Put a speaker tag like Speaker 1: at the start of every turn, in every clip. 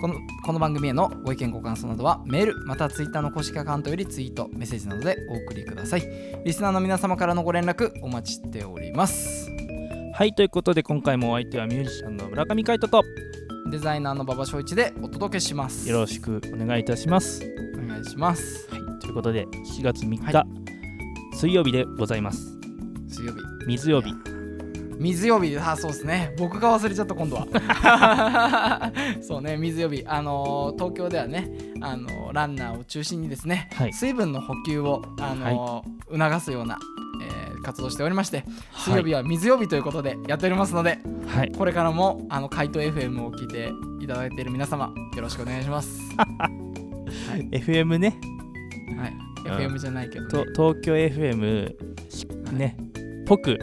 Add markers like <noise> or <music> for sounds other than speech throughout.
Speaker 1: このこの番組へのご意見ご感想などはメールまたはツイッターの公式アカウントよりツイートメッセージなどでお送りくださいリスナーの皆様からのご連絡お待ちしております
Speaker 2: はいということで今回もお相手はミュージシャンの村上海人と
Speaker 1: デザイナーの馬場翔一でお届けします
Speaker 2: よろしくお願いいたします
Speaker 1: お願いします
Speaker 2: はいということで7月3日、
Speaker 1: は
Speaker 2: 水曜日でございます
Speaker 1: 水曜日
Speaker 2: 水曜日
Speaker 1: 水曜日あそうですね僕が忘れちゃった今度
Speaker 2: <laughs>
Speaker 1: はそうね水曜日あのー東京ではねあのーランナーを中心にですね、
Speaker 2: はい
Speaker 1: 水分の補給をあのー、促すような、えー活動しておりまして水曜日は水曜日ということでやっておりますので、
Speaker 2: はい
Speaker 1: これからもあの回答 FM を聞いていただいている皆様よろしくお願いします、
Speaker 2: FM ね
Speaker 1: はい、
Speaker 2: うん
Speaker 1: FM じゃないけど、
Speaker 2: と
Speaker 1: ね、
Speaker 2: 東京 FM しねぽく、
Speaker 1: ん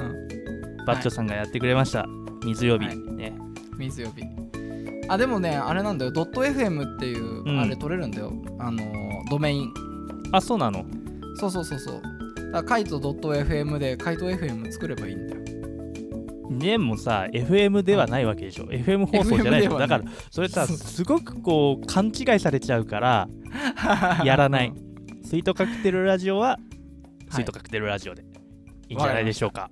Speaker 2: バッチョさんがやってくれました、水曜日、
Speaker 1: はい
Speaker 2: ね
Speaker 1: 水曜日あでもねあれなんだよドット .fm っていう、
Speaker 2: うん
Speaker 1: あれ取れるんだよあのードメイン
Speaker 2: あそうなの
Speaker 1: そうそうそうそう。だからカイト .fm でカイト FM 作ればいいんだよ。
Speaker 2: でもさ FM ではないわけでしょ、FM 放送じゃないでしょ
Speaker 1: FM
Speaker 2: だからそれさ
Speaker 1: そう
Speaker 2: すごくこう勘違いされちゃう <laughs> からやらないスイートカクテルラジオは、スイートカクテルラジオでいいんじゃないでしょうか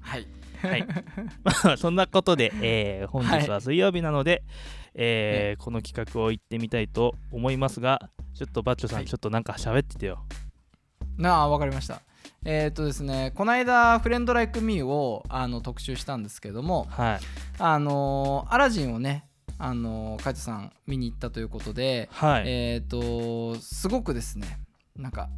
Speaker 1: はい。
Speaker 2: はい、 <laughs> まあそんなことで、えー本日は水曜日なので、えーこの企画を行ってみたいと思いますがちょっとバッチョさん、
Speaker 1: はい
Speaker 2: ちょっとなんか喋っててよ
Speaker 1: なあ、わかりました。えーっとですね、この間、フレンドライクミーをあの特集したんですけども、
Speaker 2: はい
Speaker 1: あのーアラジンをね、あのーカイトさん見に行ったということで、
Speaker 2: はい、
Speaker 1: えーっと、すごくですね、なんか、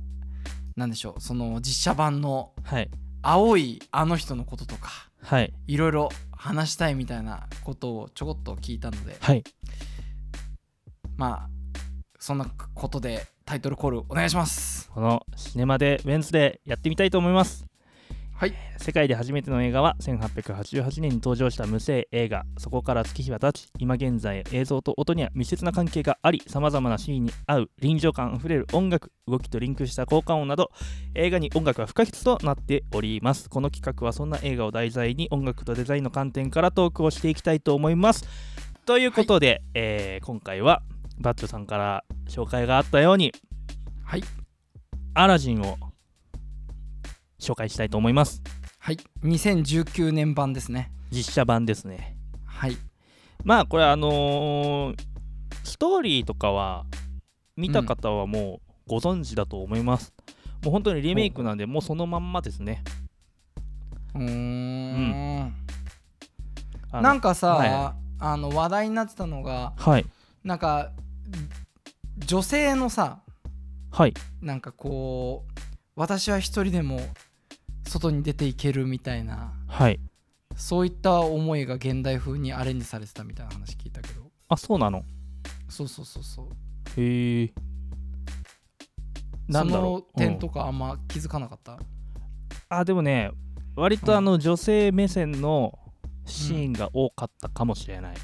Speaker 1: なんでしょう、その実写版の
Speaker 2: はい
Speaker 1: 青いあの人のこととか、
Speaker 2: はい
Speaker 1: いろいろ話したいみたいなことをちょこっと聞いたので、
Speaker 2: はい
Speaker 1: まあそんなことでタイトルコールお願いします。
Speaker 2: このシネマでウェンズでやってみたいと思います
Speaker 1: はい。
Speaker 2: 世界で初めての映画は1888年に登場した無声映画そこから月日は経ち今現在映像と音には密接な関係がありさまざまなシーンに合う臨場感あふれる音楽動きとリンクした効果音など映画に音楽は不可欠となっておりますこの企画はそんな映画を題材に音楽とデザインの観点からトークをしていきたいと思いますということで、えー今回はバッチョさんから紹介があったように
Speaker 1: はい。
Speaker 2: アラジンを紹介したいと思います
Speaker 1: はい。2019年版ですね。
Speaker 2: 実写版ですね
Speaker 1: はい。
Speaker 2: まあこれあのーストーリーとかは見た方はもうご存知だと思います、もう本当にリメイクなんでもうそのまんまですね
Speaker 1: うーん。
Speaker 2: あの
Speaker 1: なんかさ、
Speaker 2: はいは
Speaker 1: あの話題になってたのが
Speaker 2: はい
Speaker 1: なんか女性のさ
Speaker 2: はい
Speaker 1: なんかこう私は一人でも外に出ていけるみたいな
Speaker 2: はい
Speaker 1: そういった思いが現代風にアレンジされてたみたいな話聞いたけど
Speaker 2: あそうなの
Speaker 1: そうそうそうそう
Speaker 2: へえなんだろう
Speaker 1: その点
Speaker 2: うん
Speaker 1: とかあんま気づかなかった、
Speaker 2: あでもね割とあの女性目線のシーンが多かったかもしれない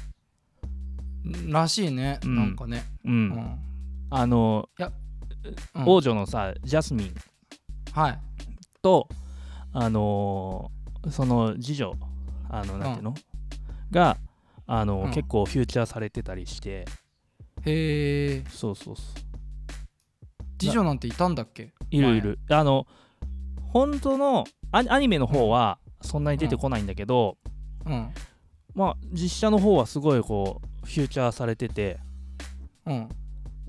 Speaker 1: らしいね、
Speaker 2: うん
Speaker 1: なんかね、
Speaker 2: うん、
Speaker 1: うん
Speaker 2: あの
Speaker 1: うん
Speaker 2: 王女のさジャスミン
Speaker 1: はい
Speaker 2: とあのーその次女あのなんていうの、があのー、
Speaker 1: うん
Speaker 2: 結構フューチャーされてたりして
Speaker 1: へえ
Speaker 2: そうそうそう
Speaker 1: 次女なんていたんだっけ
Speaker 2: いるいる、あの本当のアニアニメの方はそんなに出てこないんだけど、
Speaker 1: うん
Speaker 2: まあ実写の方はすごいこうフューチャーされてて
Speaker 1: うん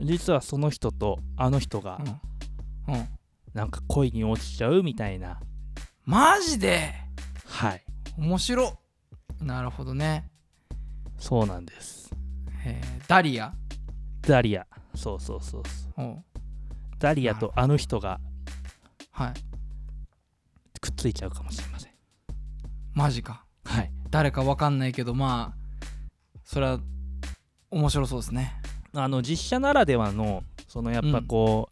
Speaker 2: 実はその人とあの人が
Speaker 1: うんうん
Speaker 2: なんか恋に落ちちゃうみたいな、
Speaker 1: マジで
Speaker 2: はい
Speaker 1: 面白なるほどね
Speaker 2: そうなんです
Speaker 1: へーダリア
Speaker 2: ダリアそうそうそうそう
Speaker 1: おう
Speaker 2: ダリアとあの人が
Speaker 1: はい
Speaker 2: くっついちゃうかもしれません
Speaker 1: マジか
Speaker 2: はい
Speaker 1: 誰かわかんないけどまあそれは面白そうですね
Speaker 2: あの実写ならではのそのやっぱこ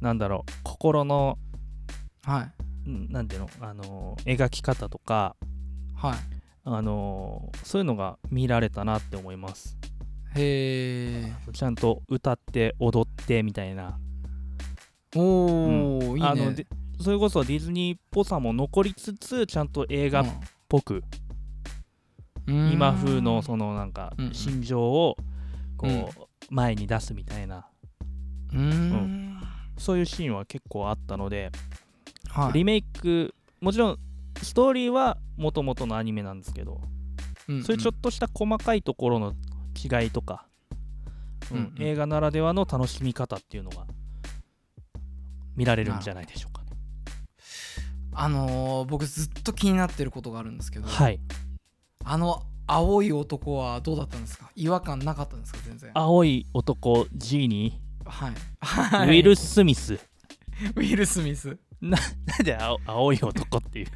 Speaker 2: う、なんだろうこ心の
Speaker 1: はい
Speaker 2: んなんていうの、あのー描き方とか、
Speaker 1: は
Speaker 2: あのーそういうのが見られたなって思います
Speaker 1: いへえ
Speaker 2: ちゃんと歌って踊ってみたいな
Speaker 1: おお、いいね
Speaker 2: あのでそれこそディズニーっぽさも残りつつちゃんと映画っぽく、
Speaker 1: うん
Speaker 2: 今風の
Speaker 1: う
Speaker 2: そのなんか
Speaker 1: うんうん
Speaker 2: 心情をこう、
Speaker 1: うん
Speaker 2: 前に出すみたいな
Speaker 1: ーんうん
Speaker 2: そういうシーンは結構あったので、
Speaker 1: はい
Speaker 2: リメイクもちろんストーリーはもともとのアニメなんですけど、
Speaker 1: うん
Speaker 2: そういうちょっとした細かいところの違いとか、うん
Speaker 1: うんうん
Speaker 2: 映画ならではの楽しみ方っていうのが見られるんじゃないでしょうかね。
Speaker 1: あのー僕ずっと気になってることがあるんですけど、
Speaker 2: はい、
Speaker 1: あの青い男はどうだったんですか違和感なかったんですか全然
Speaker 2: 青い男ジーニ <laughs>
Speaker 1: はい
Speaker 2: ー、
Speaker 1: <laughs> はい
Speaker 2: ウィル・スミス。
Speaker 1: ウィル・スミス
Speaker 2: なんで青青い男って
Speaker 1: <laughs>
Speaker 2: いう。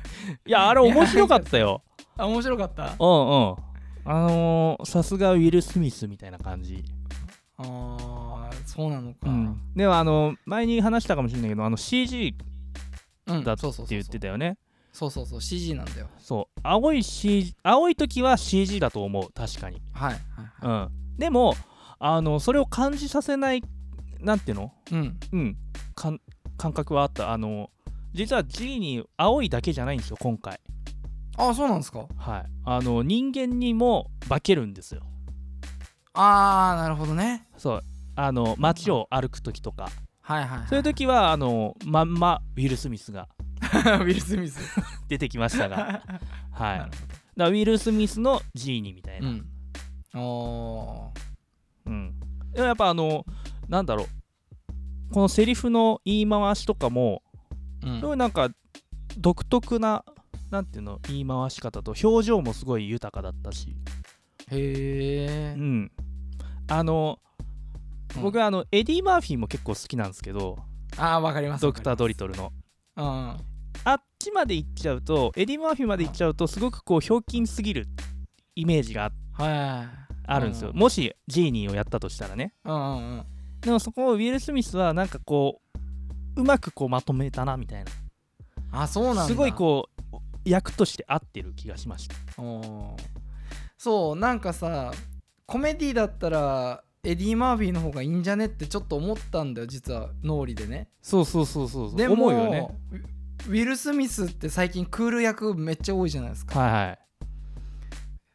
Speaker 2: いや、あれ面白かったよ。
Speaker 1: あ面白かったあ
Speaker 2: うんうん。あのーさすがウィル・スミスみたいな感じ。
Speaker 1: あーそうなのか、
Speaker 2: うん、では、あの、前に話したかもしれないけど、あの CG
Speaker 1: うん
Speaker 2: だっ
Speaker 1: そうそう
Speaker 2: て言ってたよね。
Speaker 1: そうそうそう CG なんだよ
Speaker 2: そう、青い CG、青い時は CG だと思う、確かに。
Speaker 1: はいはいうは
Speaker 2: ん。でも、あの、それを感じさせない、なんていうの
Speaker 1: いうん
Speaker 2: うん、かん感覚はあった。あの、実は G に青いだけじゃないんですよ、今回。
Speaker 1: あそうなんですか
Speaker 2: はい。あの、人間にも化けるんですよ。
Speaker 1: ああなるほどね
Speaker 2: そうあの街を歩く時とか
Speaker 1: はいはい、はい、
Speaker 2: そういう時はあのまんまウィル・スミスが
Speaker 1: <laughs> ウィル・ス
Speaker 2: <laughs>
Speaker 1: ミス
Speaker 2: 出てきました
Speaker 1: <laughs>
Speaker 2: がはい
Speaker 1: な
Speaker 2: だ
Speaker 1: る
Speaker 2: か
Speaker 1: ほ
Speaker 2: らウィル・スミスのジーニーみたいな、
Speaker 1: うんお
Speaker 2: うんでもやっぱあのなんだろうこのセリフの言い回しとかも
Speaker 1: ーうん
Speaker 2: すごいなんか独特ななんていうの言い回し方と表情もすごい豊かだったし、
Speaker 1: へ
Speaker 2: う
Speaker 1: え、
Speaker 2: ん、あの
Speaker 1: うん
Speaker 2: 僕はあのエディ・マーフィーも結構好きなんですけど
Speaker 1: ああわかります
Speaker 2: ドクター・ドリ
Speaker 1: ト
Speaker 2: トルの
Speaker 1: うん
Speaker 2: あっちまで行っちゃうとエディ・マーフィーまで行っちゃうとすごくこうひょうきんすぎるイメージがあ
Speaker 1: はい
Speaker 2: あるんですよ、
Speaker 1: うん
Speaker 2: もしジーニーをやったとしたらね
Speaker 1: うんうんうん
Speaker 2: でもそこをウィル・スミスはなんかこううまくこうまとめたなみたいな
Speaker 1: あそうなんだ
Speaker 2: すごいこう役として合ってる気がしました
Speaker 1: おーそうなんかさコメディだったらエディ・マーフィーの方がいいんじゃねってちょっと思ったんだよ実は脳裏でね
Speaker 2: そうそうそうそう
Speaker 1: でも
Speaker 2: 思うよね
Speaker 1: ウィル・スミスって最近クール役めっちゃ多いじゃないですか
Speaker 2: はいはい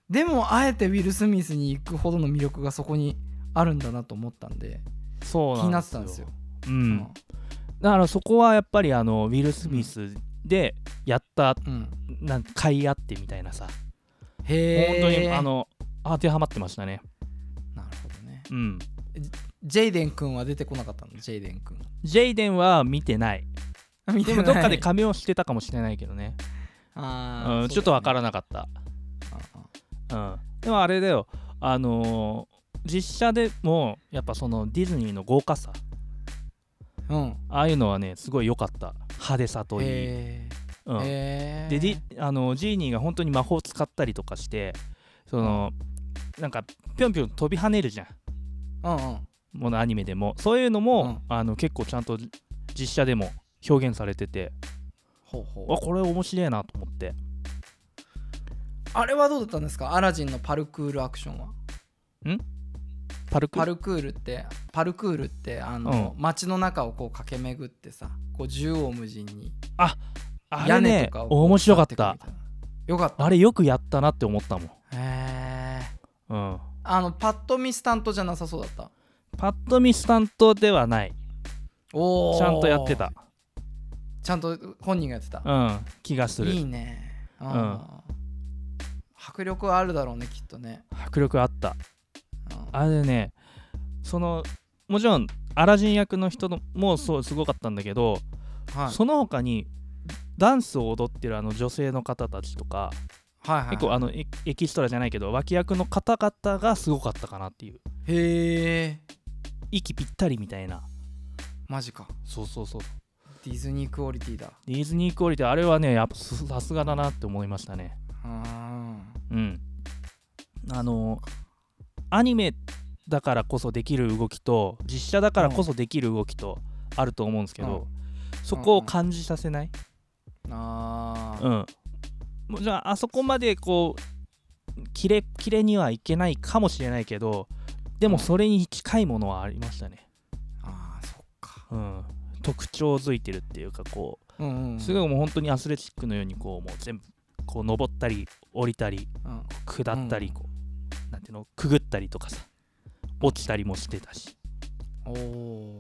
Speaker 1: でもあえてウィル・スミスに行くほどの魅力がそこにあるんだなと思ったんで
Speaker 2: そう
Speaker 1: 気になってたんですよ、
Speaker 2: う、
Speaker 1: うん
Speaker 2: だからそこはやっぱりあのウィル・スミスでやった
Speaker 1: うん、
Speaker 2: なんかいあってみたいなさ、
Speaker 1: へえ
Speaker 2: 本当にあの当てはまってましたね
Speaker 1: なるほどね
Speaker 2: うん
Speaker 1: ジェイデン君は出てこなかったのジェイデン君
Speaker 2: ジェイデンは見てない。
Speaker 1: 見
Speaker 2: で
Speaker 1: て
Speaker 2: も
Speaker 1: ない
Speaker 2: どっかで仮面をしてたかもしれないけどね。
Speaker 1: <laughs> あー
Speaker 2: うん、
Speaker 1: そう
Speaker 2: ちょっとわかららなかった。
Speaker 1: ん
Speaker 2: うん、でもあれだよ、あのー実写でもやっぱそのディズニーの豪華さ、
Speaker 1: うん
Speaker 2: ああいうのはね、すごい良かった。派手さといい。
Speaker 1: へー
Speaker 2: うん、で
Speaker 1: へー
Speaker 2: ディあのジーニーが本当に魔法使ったりとかして、そのなんかぴょんぴょん飛び跳ねるじゃん、
Speaker 1: うんうん
Speaker 2: ものアニメでも。そういうのも、
Speaker 1: う
Speaker 2: あの結構ちゃんと実写でも表現されてて、
Speaker 1: ほうほ
Speaker 2: あこれ面白いなと思って。
Speaker 1: あれはどうだったんですかアラジンのパルクールアクションは
Speaker 2: パルク
Speaker 1: パルクールってパルクールってあの、
Speaker 2: う
Speaker 1: 街の中をこう駆け巡ってさこう縦横無尽に
Speaker 2: あ
Speaker 1: 屋
Speaker 2: れ
Speaker 1: 根
Speaker 2: ね
Speaker 1: とかをこう
Speaker 2: 面白かっ
Speaker 1: 使
Speaker 2: た
Speaker 1: てくみいなよかった
Speaker 2: あれよくやったなって思ったも
Speaker 1: へー
Speaker 2: ん、うん、
Speaker 1: あのパッと見スタントじゃなさそうだった
Speaker 2: パッと見スタントではない
Speaker 1: おー
Speaker 2: ちゃんとやってた、
Speaker 1: ちゃんと本人がやってた
Speaker 2: うん、気がする
Speaker 1: いいねうん迫力はあるだろうねきっとね
Speaker 2: 迫力あった
Speaker 1: うん
Speaker 2: あれねそのもちろんアラジン役の人のもそうすごかったんだけど、
Speaker 1: はい
Speaker 2: その他にダンスを踊ってるあの女性の方たちとか、
Speaker 1: はいはい
Speaker 2: 結構あのエエキストラじゃないけど脇役の方々がすごかったかなっていう
Speaker 1: へえ
Speaker 2: 息ぴったりみたいな
Speaker 1: マジか
Speaker 2: そうそうそう
Speaker 1: ディズニークオリティだ
Speaker 2: ディズニークオリティあれはねやっぱすさすがだなって思いましたね
Speaker 1: うん
Speaker 2: うん、あのアニメだからこそできる動きと実写だからこそできる動きとあると思うんですけど、そこを感じさせない、
Speaker 1: あ
Speaker 2: う
Speaker 1: ー
Speaker 2: んもうじゃああそこまでこうキレキレにはいけないかもしれないけどでもそれに近いものはありましたね、
Speaker 1: あーそっか
Speaker 2: うん、特徴づいてるっていうかこ
Speaker 1: うんうん
Speaker 2: うすごいもう本当にアスレチックのようにこうもう全部こう登ったり降りたり
Speaker 1: うん
Speaker 2: 下った
Speaker 1: う
Speaker 2: り
Speaker 1: ん
Speaker 2: こうなんていうのくぐったりとかさ落ちたりもしてたし、
Speaker 1: おお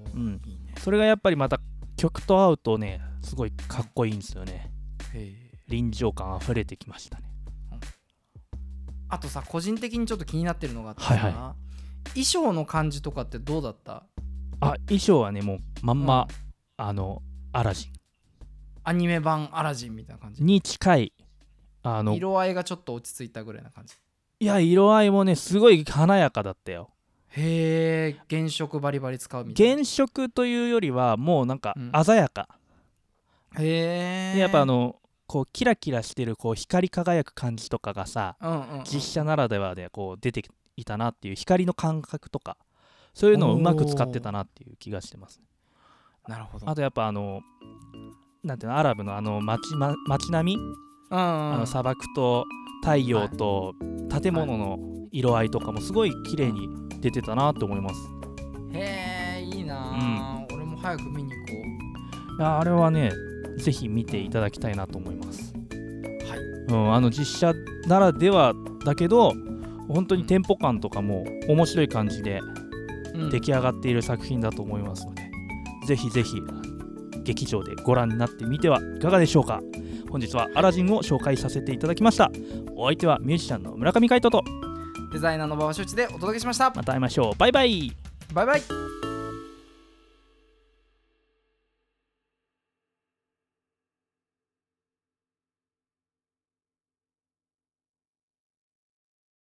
Speaker 1: ー
Speaker 2: うん、
Speaker 1: いいね
Speaker 2: それがやっぱりまた曲と合うとねすごいかっこいいんですよね
Speaker 1: へえ
Speaker 2: 臨場感あふれてきましたね
Speaker 1: あとさ個人的にちょっと気になってるのがあってさ、
Speaker 2: はい
Speaker 1: 衣装の感じとかってどうだった
Speaker 2: あ衣装はねもうまんま
Speaker 1: うん、
Speaker 2: あのアラジ
Speaker 1: アニメ版アラジンみたいな感じ
Speaker 2: ンに近いあのい
Speaker 1: 色合いがちょっと落ち着いたぐらいな感じ
Speaker 2: や色合いもねすごい華やかだったよ
Speaker 1: へえ原色バリバリ使うみたいな
Speaker 2: 原色というよりはもうなんか
Speaker 1: うん
Speaker 2: 鮮やか、
Speaker 1: へえ
Speaker 2: でやっぱあのこうキラキラしてるこう光り輝く感じとかがさ
Speaker 1: うんうんうん
Speaker 2: 実写ならではでこう出ていたなっていう光の感覚とかそういうのをうまく使ってたなっていう気がしてますね
Speaker 1: なるほど
Speaker 2: あとやっぱあのなんていうのアラブのあの街,、ま、街並み、
Speaker 1: うんうん
Speaker 2: あの砂漠と太陽と建物の色合いとかもすごい綺麗に出てたなって思います、
Speaker 1: へえいいな、あ。俺も早く見に行こ
Speaker 2: いやあれはねぜひ見ていただきたいなと思います、
Speaker 1: うはい
Speaker 2: うん、あの実写ならではだけど本当にテンポ感とかも面白い感じで
Speaker 1: うん
Speaker 2: 出来上がっている作品だと思いますので、ぜひぜひ劇場でご覧になってみてはいかがでしょうか本日はアラジンを紹介させていただきましたお相手はミュージシャンの村上海人と
Speaker 1: デザイナーの馬場所一でお届けしました
Speaker 2: また会いましょうバイバイ
Speaker 1: バイバイ